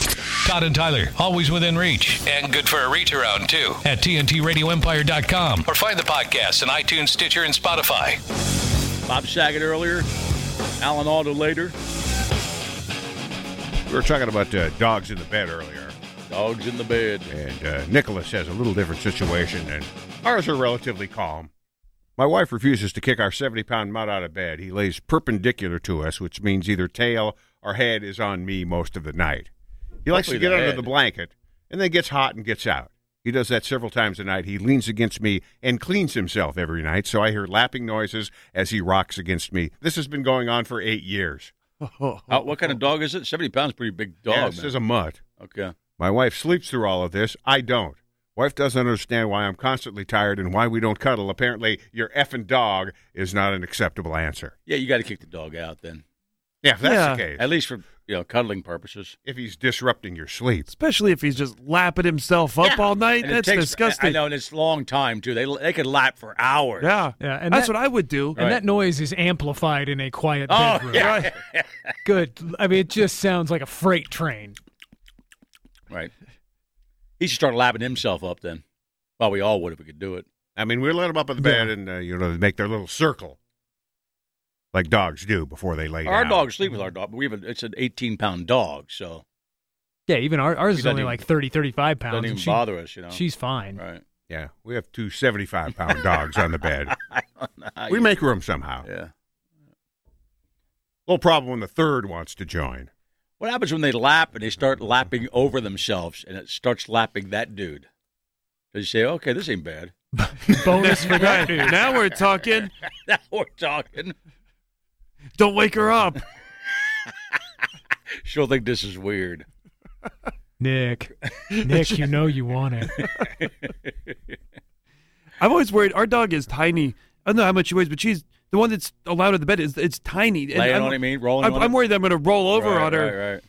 Scott and Tyler, always within reach. And good for a reach around, too, at TNTRadioEmpire.com or find the podcast on iTunes, Stitcher, and Spotify. Bob Saget earlier, Alan Alda later. We were talking about uh, dogs in the bed earlier, Dogs in the bed. and uh, Nicholas has a little different situation, and ours are relatively calm. My wife refuses to kick our 70 pound mutt out of bed. He lays perpendicular to us, which means either tail or head is on me most of the night. He likes to Hopefully get the under head. the blanket and then gets hot and gets out. He does that several times a night. He leans against me and cleans himself every night, so I hear lapping noises as he rocks against me. This has been going on for eight years. How- what kind of dog is it? 70 pounds, pretty big dog. Yeah, this man. is a mutt. okay. My wife sleeps through all of this. I don't. Wife doesn't understand why I'm constantly tired and why we don't cuddle. Apparently, your effing dog is not an acceptable answer. Yeah, you got to kick the dog out then, Yeah, if that's Yeah. the case. at least for you know cuddling purposes. if he's disrupting your sleep. Especially if he's just lapping himself up all night. And it That's takes- disgusting. I, I know, and it's a long time too. They they could lap for hours. Yeah. Yeah, and That's that- what I would do. Right. And that noise is amplified in a quiet Oh bedroom. yeah. Right. Good. I mean, it just sounds like a freight train. Right. He should start lapping himself up then. Well, we all would if we could do it. I mean, we let them up in the bed and, uh, you know, they make their little circle like dogs do before they lay Our down. dogs sleep with our dog. but We have a, it's an 18 pound dog, so Yeah, even our, ours is doesn't only even- like 30, 35 it pounds. doesn't and even she- bother us, you know. She's fine. right. Yeah, we have two 75 pound dogs on the bed. I don't know how We you- make room somehow. Yeah. Little problem when the third wants to join. What happens when they lap and they start lapping over themselves and it starts lapping that dude? Does you say, okay, this ain't bad? Bonus for Right. that dude. Now we're talking. now we're talking. Don't wake her up. She'll think this is weird. Nick. Nick, you know you want it. I'm always worried. Our dog is tiny. I don't know how much she weighs, but she's the one that's allowed in the bed. Is it's tiny. And Laying I'm, on him, mean rolling I'm, on I'm him. worried that I'm going to roll over Right, on her. Right, right.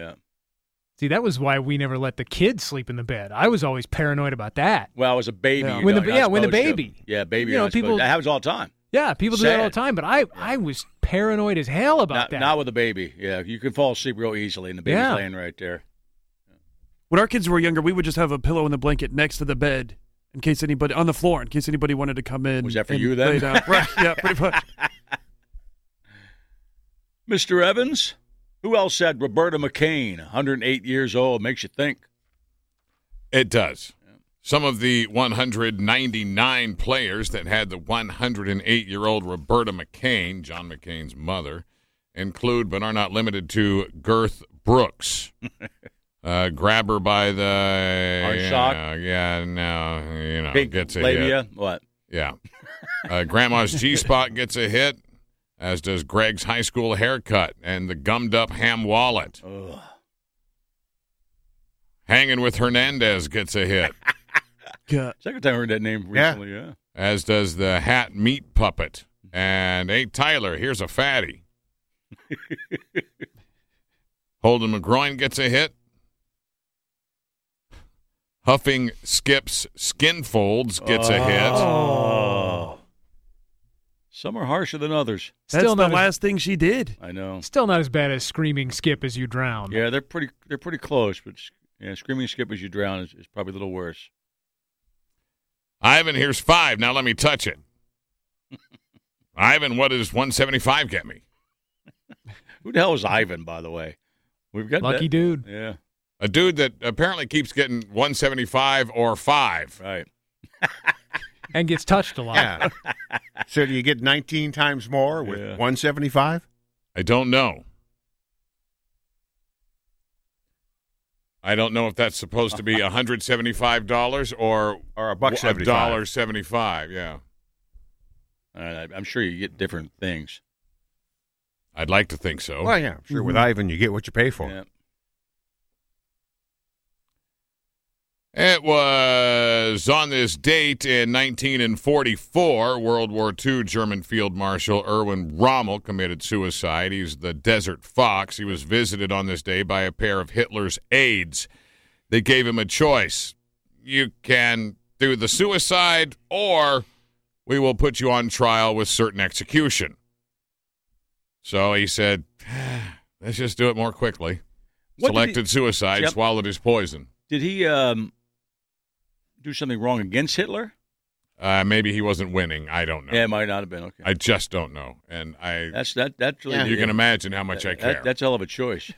Yeah. See, that was why we never let the kids sleep in the bed. I was always paranoid about that. Well, as a baby, Yeah. you When the- know, you're not yeah, when the supposed to. baby. yeah, baby, You you're know, not supposed- people- that happens all the time. Yeah, people do that all Sad. the time, but I, I was paranoid as hell about Not, that. not with a baby. Yeah, you can fall asleep real easily, and the baby's Yeah. laying right there. When our kids were younger, we would just have a pillow and a blanket next to the bed in case anybody on the floor in case anybody wanted to come in. Was that for and you then? lay down. right. Yeah. Pretty much. Mr. Evans, who else said Roberta McCain, 108 years old, makes you think? It does. Some of the 199 players that had the 108 year old Roberta McCain, John McCain's mother, include but are not limited to Girth Brooks. Uh, grab her by the Hard yeah, sock? yeah, no, you know, Big Oh, gets a labia. hit. What? Yeah, uh, Grandma's G spot gets a hit, as does Greg's high school haircut and the gummed up ham wallet. Ugh. Hanging with Hernandez gets a hit. Yeah. Second time I heard that name Yeah. recently. Yeah. as does the hat meat puppet. And hey, Tyler, here's a fatty. Holden McGroin gets a hit. Huffing Skips Skin Folds gets a hit. Oh. Some are harsher than others. That's Still the not as- last thing she did. I know. Still not as bad as screaming skip as you drown. Yeah, they're pretty. They're pretty close, but s- yeah, screaming skip as you drown is, is probably a little worse. Ivan, here's five. Now let me touch it. Ivan, what does 175 get me? Who the hell is Ivan, by the way? We've got Lucky that- dude. Yeah, A dude that apparently keeps getting 175 or five. right. And gets touched a lot. Yeah. so do you get 19 times more with Yeah. 175? I don't know. I don't know if that's supposed to be $175 or Or a buck w- seventy-five. dollar 75, yeah. All right, I- I'm sure you get different things. I'd like to think so. Well, yeah, I'm sure. With Ivan, you get what you pay for. Yeah. It was on this date in 1944, World War II German Field Marshal Erwin Rommel committed suicide. He's the Desert Fox. He was visited on this day by a pair of Hitler's aides. They gave him a choice. You can do the suicide, or we will put you on trial with certain "Ah, execution. So he said, let's just do it more quickly. What did Selected suicide, Yep. swallowed his poison. Did he um, do something wrong against Hitler? Uh, maybe he wasn't winning. I don't know. Yeah, it might not have been. Okay, I just don't know. And I, that's that. That's really you can imagine how much I that, care. that's a hell of a choice.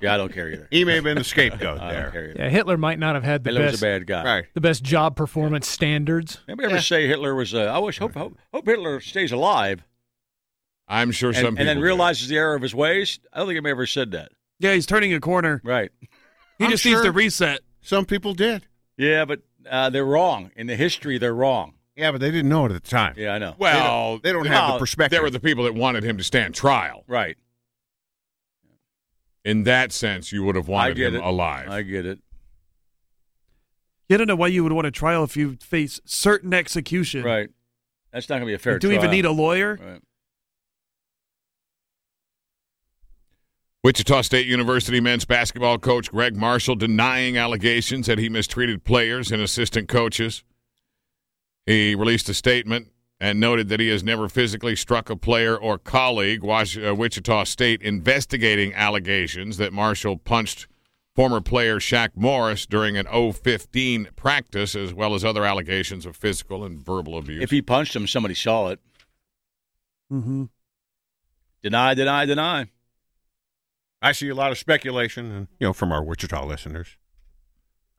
yeah, I don't care either. He may have been the scapegoat I don't there. care either. Yeah, Hitler might not have had the Hitler was best a bad guy. Right. the best job performance standards. Anybody ever say Hitler was? Uh, I always hope, hope hope Hitler stays alive I'm sure and, some and people then do. realizes the error of his ways. I don't think I've ever said that. Yeah, he's turning a corner. Right. He I'm just needs sure- to reset. Some people did. Yeah, but uh, they're wrong in the history. They're wrong. Yeah, but they didn't know it at the time. Yeah, I know. Well, They don't have Well, the perspective. there were the people that wanted him to stand trial. Right. In that sense, you would have I wanted get him it. alive. I get it. You don't know why you would want a trial if you face certain execution. Right. That's not going to be a fair. You do you even need a lawyer? Right. Wichita State University men's basketball coach Greg Marshall denying allegations that he mistreated players and assistant coaches. He released a statement and noted that he has never physically struck a player or colleague. Wash- uh, Wichita State investigating allegations that Marshall punched former player Shaq Morris during an 015 practice, as well as other allegations of physical and verbal abuse. If he punched him, somebody saw it. Mm-hmm. Deny, deny, deny. I see a lot of speculation, and you know, from our Wichita listeners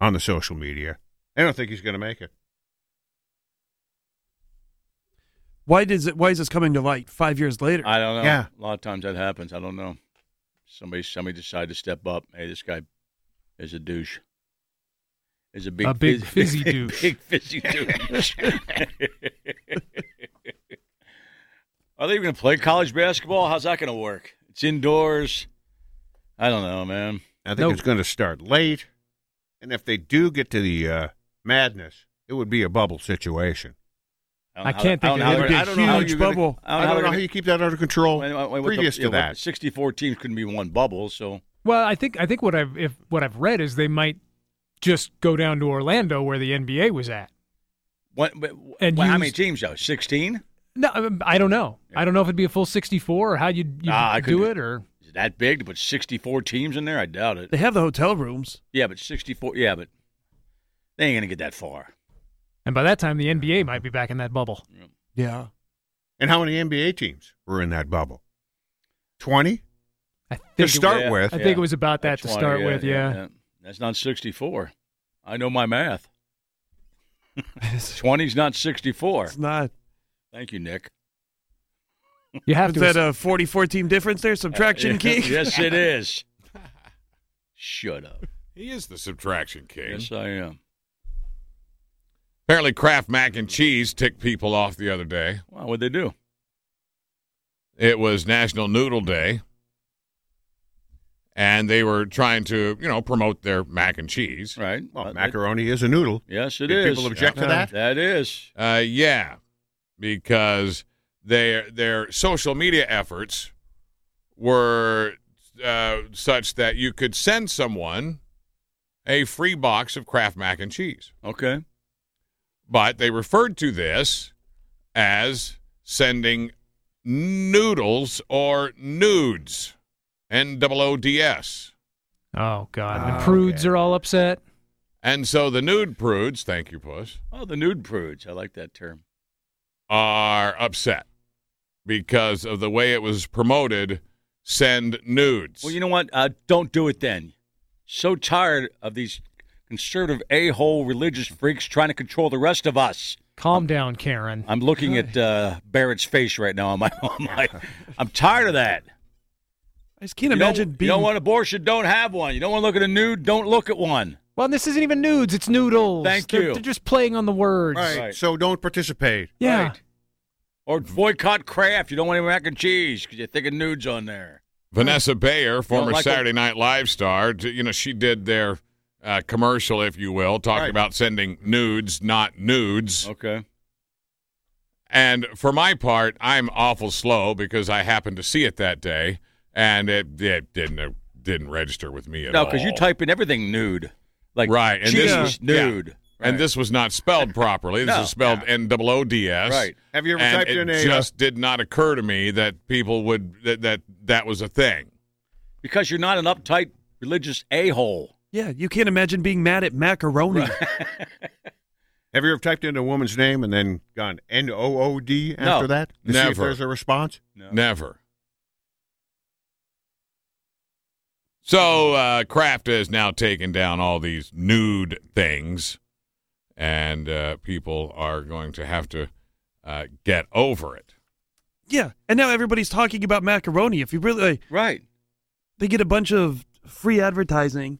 on the social media. I don't think he's going to make it. Why does it? Why is this coming to light five years later? I don't know. Yeah. A lot of times that happens. I don't know. Somebody, somebody decided to step up. Hey, this guy is a douche. Is a big, A big fizz- fizzy douche. Big fizzy douche. Are they even going to play college basketball? How's that going to work? It's indoors. I don't know, man. I think No. it's going to start late, and if they do get to the uh, madness, it would be a bubble situation. don't know I how- can't don't think know of how it. they're- It'd I be don't a know how huge you're gonna- bubble. I don't know how they're you keep that under control gonna- I- I- what the- previous yeah, to what- that. 64 teams couldn't be one bubble, so Well, I think I think what I've if what I've read is they might just go down to Orlando where the NBA was at. What, but, And well, how used- many teams though? Sixteen? No, I- I don't know. I don't know if it'd be a full 64 or how you'd, you'd Nah, Ah, I couldn't do do- it or Is it that big to put sixty-four teams in there? I doubt it. they have the hotel rooms. Yeah, but sixty-four. Yeah, but they ain't gonna get that far. and by that time the NBA might be back in that bubble. Yeah. and how many NBA teams were in that bubble? Twenty. I think To it- start Yeah, with- I think it was about that to 20, start with, yeah. That's not sixty-four. I know my math. Twenty's not sixty-four. It's not. Thank you, Nick. You have Is to that a 44 team difference there? Subtraction key? yes, it is. Shut up. he is the subtraction king. Yes, I am. Apparently, Kraft mac and cheese ticked people off the other day. Wow, what'd they do? It was National Noodle Day, and they were trying to, you know, promote their mac and cheese. Right. Well, Uh, macaroni is a noodle. Yes, it Did is. Uh-huh. people object to that? That is. Uh, yeah, because their their social media efforts were uh, such that you could send someone a free box of Kraft mac and cheese. Okay. but they referred to this as sending noodles or nudes. N double O D S. Oh god, the Oh, prudes yeah. are all upset. And so the nude prudes, thank you, Puss, Oh, the nude prudes. I like that term. are upset because of the way it was promoted send nudes. Well, you know what? Uh, don't do it then. So tired of these conservative a-hole religious freaks trying to control the rest of us. Calm down, Karen. I'm looking at uh, Barrett's face right now. On my, on my, I'm tired of that. I just can't you imagine don't, being. you don't want abortion? Don't have one. You don't want to look at a nude? Don't look at one. Well, this isn't even nudes; it's noodles. Thank They're- you. They're just playing on the words. Right. Right. So don't participate. Yeah. Right. Or boycott Kraft. You don't want any mac and cheese because you're thinking nudes on there. Vanessa Bayer, former like it? Saturday Night Live star, d- you know, she did their uh, commercial, if you will, talking Right. about sending nudes, not nudes. Okay. And for my part, I'm awful slow because I happened to see it that day, and it, it didn't it didn't register with me at No, all. because you type in everything nude, like Right, and this cheese was- yeah. nude, and Right. this was not spelled properly. This No. is spelled N O O D S. Right. Have you ever and typed it in a? uh, just did not occur to me that people would that that, that was a thing. because you're not an uptight religious a hole. Yeah, you can't imagine being mad at macaroni. Have you ever typed in a woman's name and then gone N O O D after No. that? To See if Never. there's a response. Never. So uh, Kraft has now taken down all these nude things, and uh, people are going to have to uh, get over it. yeah, and now everybody's talking about macaroni. If you really, like, Right. they get a bunch of free advertising.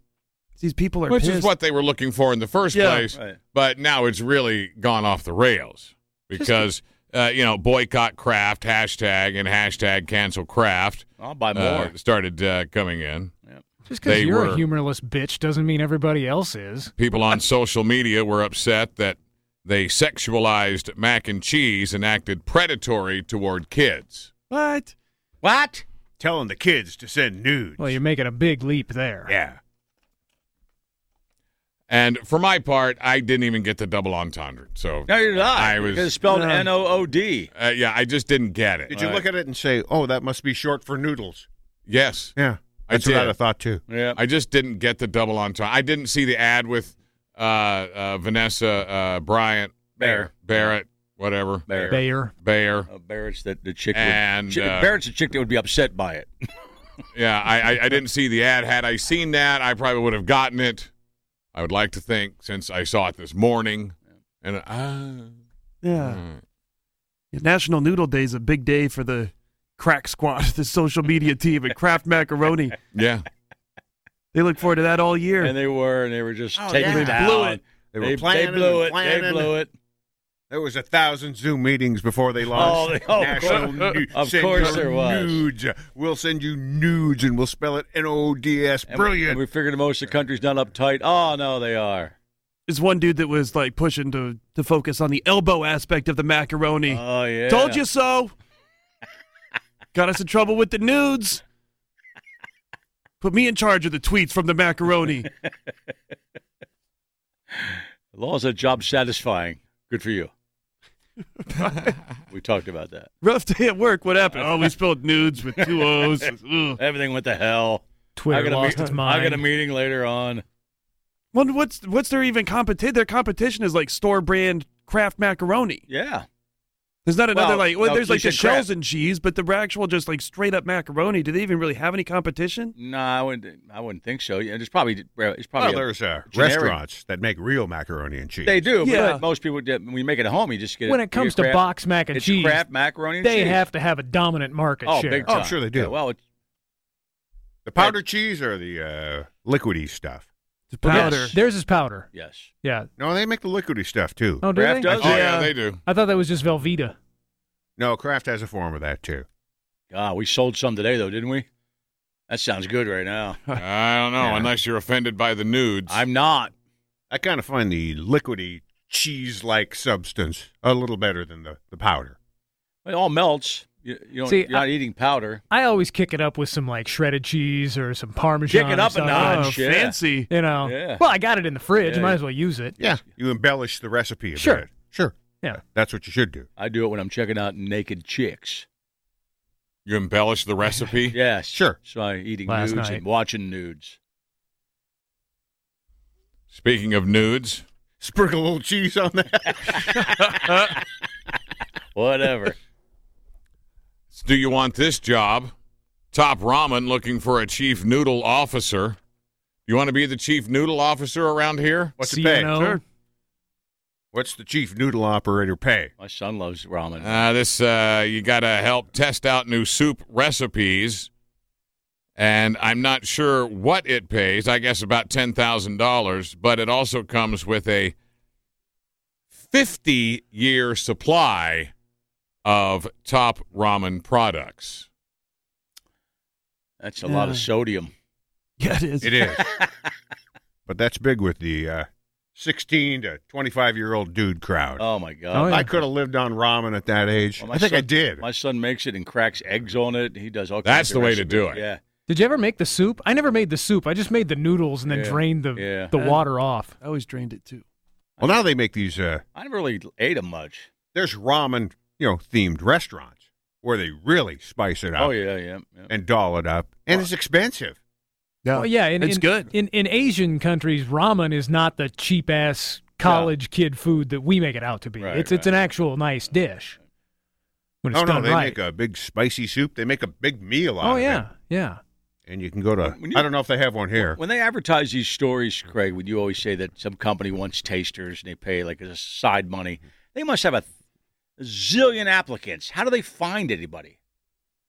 These people are Which pissed. is what they were looking for in the first Yeah. place, Right. but now it's really gone off the rails because uh, you know boycott Kraft hashtag and hashtag cancel Kraft I'll buy more. uh, started uh, coming in. Just because They you're were. a humorless bitch doesn't mean everybody else is. People on social media were upset that they sexualized mac and cheese and acted predatory toward kids. What? what? Telling the kids to send nudes. Well, you're making a big leap there. yeah. And for my part, I didn't even get the double entendre. So, No, you're not. I was- Because it's spelled No. N O O D. uh, yeah, I just didn't get it. Uh, Did you look at it and say, "Oh, that must be short for noodles"? Yes. Yeah, I that's what I'd did. have thought too. Yeah. I just didn't get the double entendre. I didn't see the ad with uh, uh, Vanessa uh, Bryant, Bear. Barrett, whatever, Bear. Bayer. Bayer. Uh, Barrett's that the chick. And, would, chi- uh, Barrett's the chick that would be upset by it. Yeah, I, I, I didn't see the ad. Had I seen that, I probably would have gotten it. I would like to think since I saw it this morning. And uh, Yeah. Mm. National Noodle Day is a big day for the crack squad, the social media team at Kraft Macaroni. yeah, They look forward to that all year. And they were, and they were just Oh, taken yeah. They down. blew it. They were they, planning and blew it. They planning. blew it. There was a thousand Zoom meetings before they Oh, launched. they- oh, of National course- Nu- of send course your there was. Nudes. We'll send you nudes and we'll spell it N O D S. And we- Brilliant. and we figured most of the country's not uptight. Oh no, they are. There's one dude that was like pushing to to focus on the elbow aspect of the macaroni. Oh yeah. Told you so. Got us in trouble with the nudes. Put me in charge of the tweets from the macaroni. Law's a job satisfying. Good for you. we talked about that. Rough day at work. What happened? Oh, we spelled nudes with two O's. Ugh. Everything went to hell. I Twitter got, a lost meet- its mind. I got a meeting later on. Wonder what's what's their even competition? Their competition is like store brand craft macaroni. Yeah. There's not another Well, like well, no, there's you like the said shells Kraft. and cheese, but the actual just like straight up macaroni. Do they even really have any competition? No, I wouldn't. I wouldn't think so. Yeah, It's probably. It's well, probably. a- there's uh, generic- restaurants that make real macaroni and cheese. they do, Yeah. but most people do. When you make it at home, you just get. when you it get comes to Kraft- box mac and it's cheese, Kraft macaroni. And they cheese. have to have a dominant market Oh, share. big Oh, time. sure they do. Yeah, well, it's the powder cheese or the uh, liquidy stuff? It's Well, powder. yes, Theirs is powder. yes. Yeah. No, they make the liquidy stuff too. Oh, do Kraft they? Oh does yeah, Yeah. they do. I thought that was just Velveeta. No, Kraft has a form of that too. God, we sold some today though, didn't we? That sounds good right now. I don't know Yeah. unless you're offended by the nudes. I'm not. I kind of find the liquidy cheese-like substance a little better than the, the powder. It all melts. You, you don't, See, you're not I- eating powder. I always kick it up with some like shredded cheese or some parmesan. Kick it or up a something. notch. Oh, yeah. fancy. You know. Yeah. Well, I got it in the fridge. Yeah, Might yeah. as well use it. Yeah, you embellish the recipe a Sure. bit. Sure. Yeah. That's what you should do. I do it when I'm checking out naked chicks. you embellish the recipe. Yes, Sure. So I eating Last nudes night. and watching nudes. Speaking of nudes, Sprinkle a little cheese on that. Whatever. do you want this job? Top Ramen looking for a chief noodle officer. You want to be the chief noodle officer around here? What's the pay? CNO. Sure. What's the chief noodle operator pay? My son loves ramen. Uh, this uh, you got to help test out new soup recipes, and I'm not sure what it pays. I guess about ten thousand dollars, but it also comes with a fifty-year supply of top ramen products. That's a lot of Yeah. sodium. Yeah, it is. It is. but that's big with the uh, 16 to 25 year old dude crowd. Oh my god. Oh, yeah. I could have lived on ramen at that age. Well, my I think son- I did. My son makes it and cracks eggs on it. He does all. That's kinds of the way to recipes. do it. Yeah. Did you ever make the soup? I never made the soup. I just made the noodles and then Yeah. drained the Yeah. the water off. I always drained it too. well, now they make these. Uh, I never really ate them much. there's ramen, you know, themed restaurants where they really spice it up Oh yeah, yeah. yeah. and doll it up, and it's expensive. Yeah, Well, yeah, in, it's in- good. In in Asian countries, ramen is not the cheap ass college kid food that we make it out to be. Right, it's it's an actual nice dish when it's Oh no, done they right. make a big spicy soup. They make a big meal out oh of it. yeah, yeah. And you can go to. When you- I don't know if they have one here. When they advertise these stories, Craig, would you always say that some company wants tasters and they pay like a side money? They must have a zillion applicants. How do they find anybody?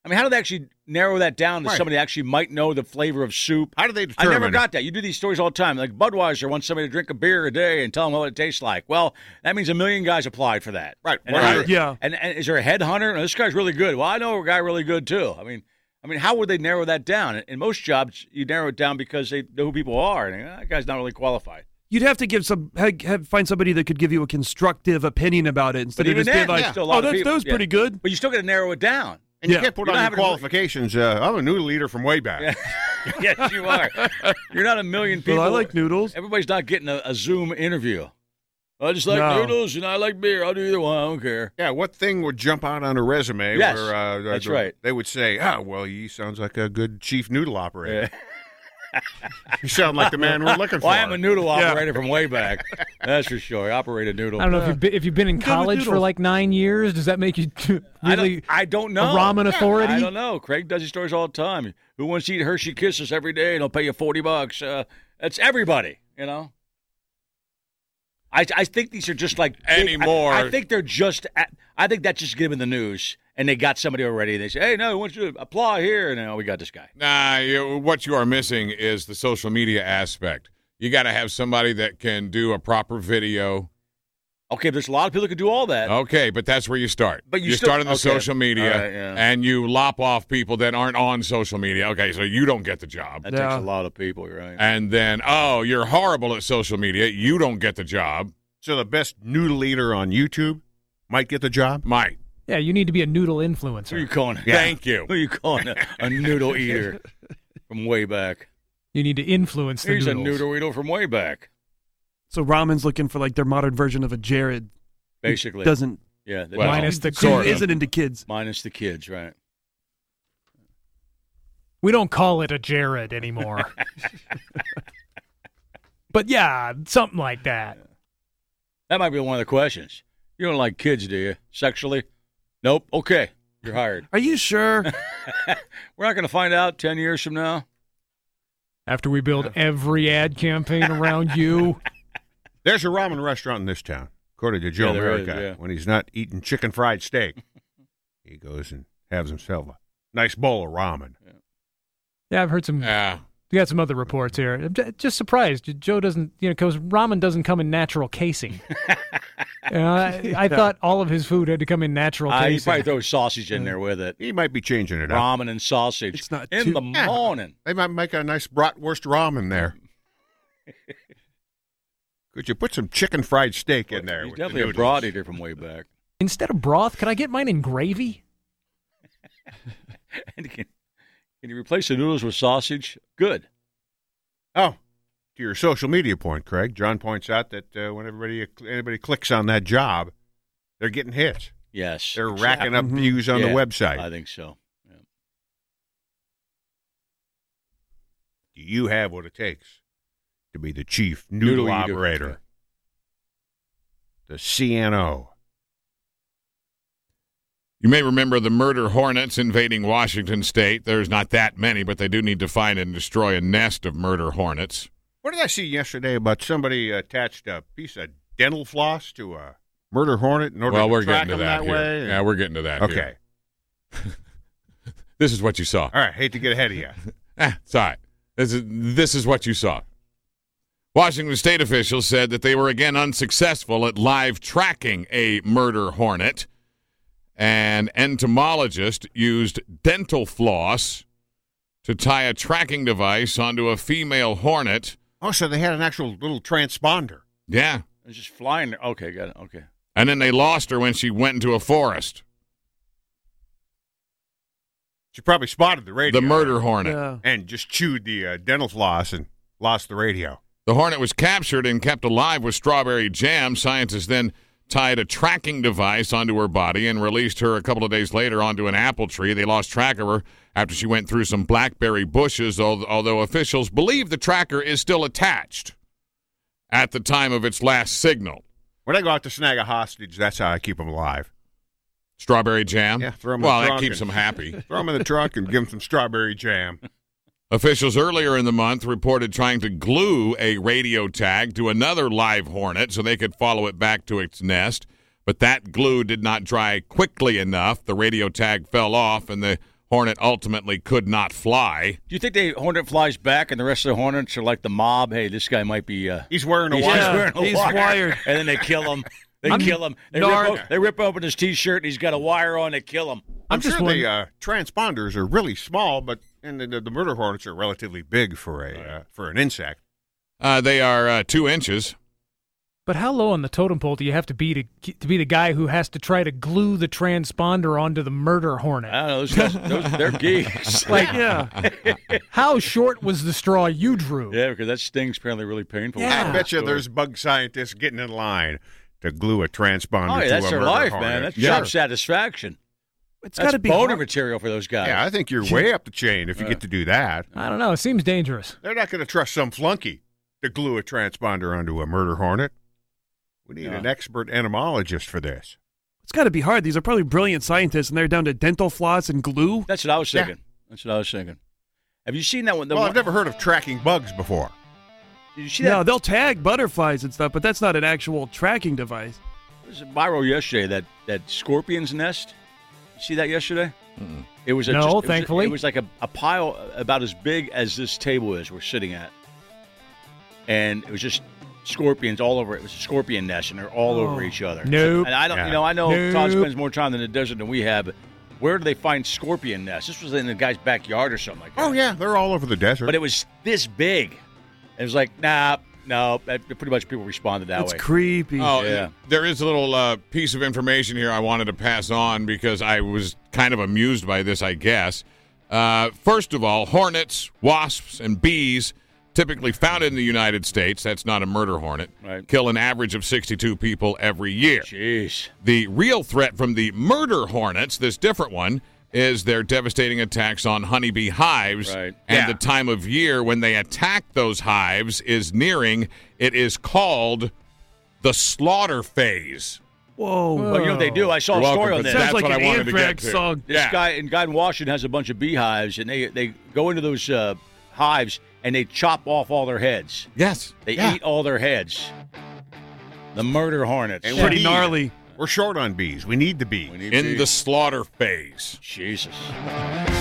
I mean, how do they actually narrow that down to Right. somebody that actually might know the flavor of soup? How do they I determine? never it? got that. You do these stories all the time. Like Budweiser wants somebody to drink a beer a day and tell them what it tastes like. Well, that means a million guys applied for that. Right. And, Right. is there- Yeah. And, and is there a headhunter? No, this guy's really good. Well, I know a guy really good too. I mean, I mean, how would they narrow that down? In most jobs, you narrow it down because they know who people are, and "Ah, that guy's not really qualified. You'd have to give some have, have, find somebody that could give you a constructive opinion about it instead But of even just being then, like, yeah, still a lot "Oh, of that's, people, that was yeah. pretty good." But you still got to narrow it down. And you Yeah. can't put You on don't your have to- qualifications. Uh, I'm a new leader from way back. Yeah. yes, you are. You're not a million people. Well, I like noodles. Everybody's not getting a, a Zoom interview. I just like No. noodles and I like beer. I'll do either one. I don't care. Yeah, what thing would jump out on a resume? Yes, where, uh, that's the- right. They would say, "Ah, well, you sounds like a good chief noodle operator. Yeah. You sound like the man we're looking for." Well, I am a noodle operator from way back. That's for sure. I operate a noodle. I don't know if you've been, if you've been in with college for noodles. like nine years. Does that make you I don't- really I don't a know. ramen authority? I don't know. Craig does these stories all the time. Who wants to eat Hershey Kisses every day and I'll pay you 40 bucks? Uh, that's everybody, you know? I, I think these are just like. big- Anymore. I, I think they're just. At, I think that's just given the news and they got somebody already. They say, hey, no, why don't you apply here? And now we got this guy. Nah, you, what you are missing is the social media aspect. You got to have somebody that can do a proper video. Okay, there's a lot of people that can do all that. Okay, but that's where you start. But you you still- start on the okay. social media All right, yeah. and you lop off people that aren't on social media. Okay, so you don't get the job. That Yeah. takes a lot of people, you're right? And then, oh, you're horrible at social media. You don't get the job. so the best noodle eater on YouTube might get the job. Mike, yeah, you need to be a noodle Who you influencer. calling? thank you. Who you calling a, a noodle eater from way back? You need to influence the He's a noodles. noodle eater from way back, So ramen's looking for like their modern version of a Jared. He basically. doesn't yeah, the Well, Minus the he sort of. isn't into kids. minus the kids, right? We don't call it a Jared anymore. but yeah, something like that. That might be one of the questions. You don't like kids, do you? Sexually? Nope. Okay, you're hired. Are you sure? We're not going to find out ten years from now. After we build every ad campaign around you, There's a ramen restaurant in this town, according to Joe Yeah, there is, America. yeah. When he's not eating chicken fried steak, he goes and has himself a nice bowl of ramen. yeah, I've heard some. Yeah. We got some other reports here. I'm j- just surprised Joe doesn't, you know, because ramen doesn't come in natural casing. Uh, I, I thought all of his food had to come in natural Uh, you casing. probably throw sausage in there with it, He might be changing it up. ramen and sausage. It's not in too- the Yeah. morning. They might make a nice bratwurst ramen there. Could you put some chicken fried steak in there? He's with the definitely a noodles? broad eater from way back. Instead of broth, could I get mine in gravy? And can, can you replace the noodles with sausage? Good. Oh, to your social media point, Craig. John points out that uh, when everybody anybody clicks on that job, they're getting hits. Yes. They're racking up Mhm. views on Mm-hmm. Yeah, Uh, the website. I think so. Do you have what it takes to be the chief noodle, Noodle eater. operator, the CNO? You may remember the murder hornets invading Washington state. There's not that many, but they do need to find and destroy a nest of murder hornets. What did I see yesterday about somebody attached a piece of dental floss to a murder hornet in order well, to we're track getting to them that, that, here. way? Yeah, we're getting to that. okay. here. This is what you saw. All right. Hate to get ahead of you. Eh, it's all right. This is, this is what you saw. Washington state officials said that they were again unsuccessful at live tracking a murder hornet. An entomologist used dental floss to tie a tracking device onto a female hornet. Oh, so they had an actual little transponder. Yeah. It's just flying there. Okay, got it. Okay. And then they lost her when she went into a forest. She probably spotted the radio. The murder hornet. Yeah. and just chewed the uh, dental floss and lost the radio. The hornet was captured and kept alive with strawberry jam. Scientists then tied a tracking device onto her body and released her a couple of days later onto an apple tree. They lost track of her after she went through some blackberry bushes, al- although officials believe the tracker is still attached at the time of its last signal. When I go out to snag a hostage, that's how I keep them alive. Strawberry jam? Yeah, throw 'em in well, the that trunk keeps them and- happy. Throw them in the truck and give them some strawberry jam. Officials earlier in the month reported trying to glue a radio tag to another live hornet so they could follow it back to its nest, but that glue did not dry quickly enough. The radio tag fell off and the hornet ultimately could not fly. Do you think the hornet flies back and the rest of the hornets are like the mob? Hey, this guy might be. Uh, He's wearing a he's wire. wearing a he's wire. wired. And then they kill him. They I'm kill him. They rip, narc. o- they rip open his T-shirt and he's got a wire on. They kill him. I'm, I'm just sure the wondering- uh, transponders are really small, but and the, the murder hornets are relatively big for a uh, for an insect. Uh, they are uh, two inches. But how low on the totem pole do you have to be to to be the guy who has to try to glue the transponder onto the murder hornet? I don't know. Those guys, those, they're geeks. like, yeah. How short was the straw you drew? yeah, because that sting's apparently really painful. Yeah. I bet you there's bug scientists getting in line to glue a transponder Oh, to yeah, that's a their murder life, hornet. man. That's yeah. job satisfaction. It's got That's to be. boner hard. material for those guys. yeah, I think you're way up the chain if you get to do that. I don't know. It seems dangerous. They're not going to trust some flunky to glue a transponder onto a murder hornet. We need Yeah. an expert entomologist for this. It's got to be hard. These are probably brilliant scientists, and they're down to dental floss and glue. That's what I was Yeah. thinking. That's what I was thinking. Have you seen that one? The Well, one I've never heard of tracking bugs before. Did you see no, that? they'll tag butterflies and stuff, but that's not an actual tracking device. It was viral yesterday. That that scorpion's nest. You see that yesterday? It was a, No, just- it was a- thankfully. it was like a, a pile about as big as this table is we're sitting at, and it was just scorpions all over. It was a scorpion nest, and they're all over each other. Nope. And I don't, Yeah. you know, I know Todd Nope. spends more time in the desert than we have. But where do they find scorpion nests? This was in the guy's backyard or something like that. Oh yeah, they're all over the desert. but it was this big. It was like, nah, no. That, pretty much people responded that That's way. creepy. Oh, Yeah. there is a little uh, piece of information here I wanted to pass on because I was kind of amused by this, I guess. Uh, first of all, hornets, wasps, and bees, typically found in the United States, that's not a murder hornet, Right. kill an average of 62 people every year. Jeez. The real threat from the murder hornets, this different one, is their devastating attacks on honeybee hives. Right. And Yeah. the time of year when they attack those hives is nearing. It is called the slaughter phase. Whoa. Well, you know what they do? I saw You're a story welcome, on but this. that's Sounds like what an I wanted to get anthrax to. song. This Yeah. guy in God in Washington has a bunch of beehives, and they they go into those uh, hives and they chop off all their heads. Yes. They Yeah. eat all their heads. The murder hornets. And Yeah. Pretty Indeed. gnarly. We're short on bees. We need the bees. We need In the bees. slaughter phase. Jesus.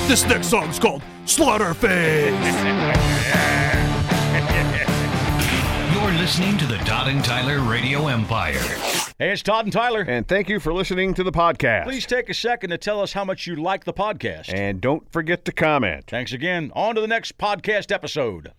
This next song's called Slaughterface. You're listening to the Todd and Tyler Radio Empire. Hey, it's Todd and Tyler. And thank you for listening to the podcast. Please take a second to tell us how much you like the podcast. And don't forget to comment. Thanks again. On to the next podcast episode.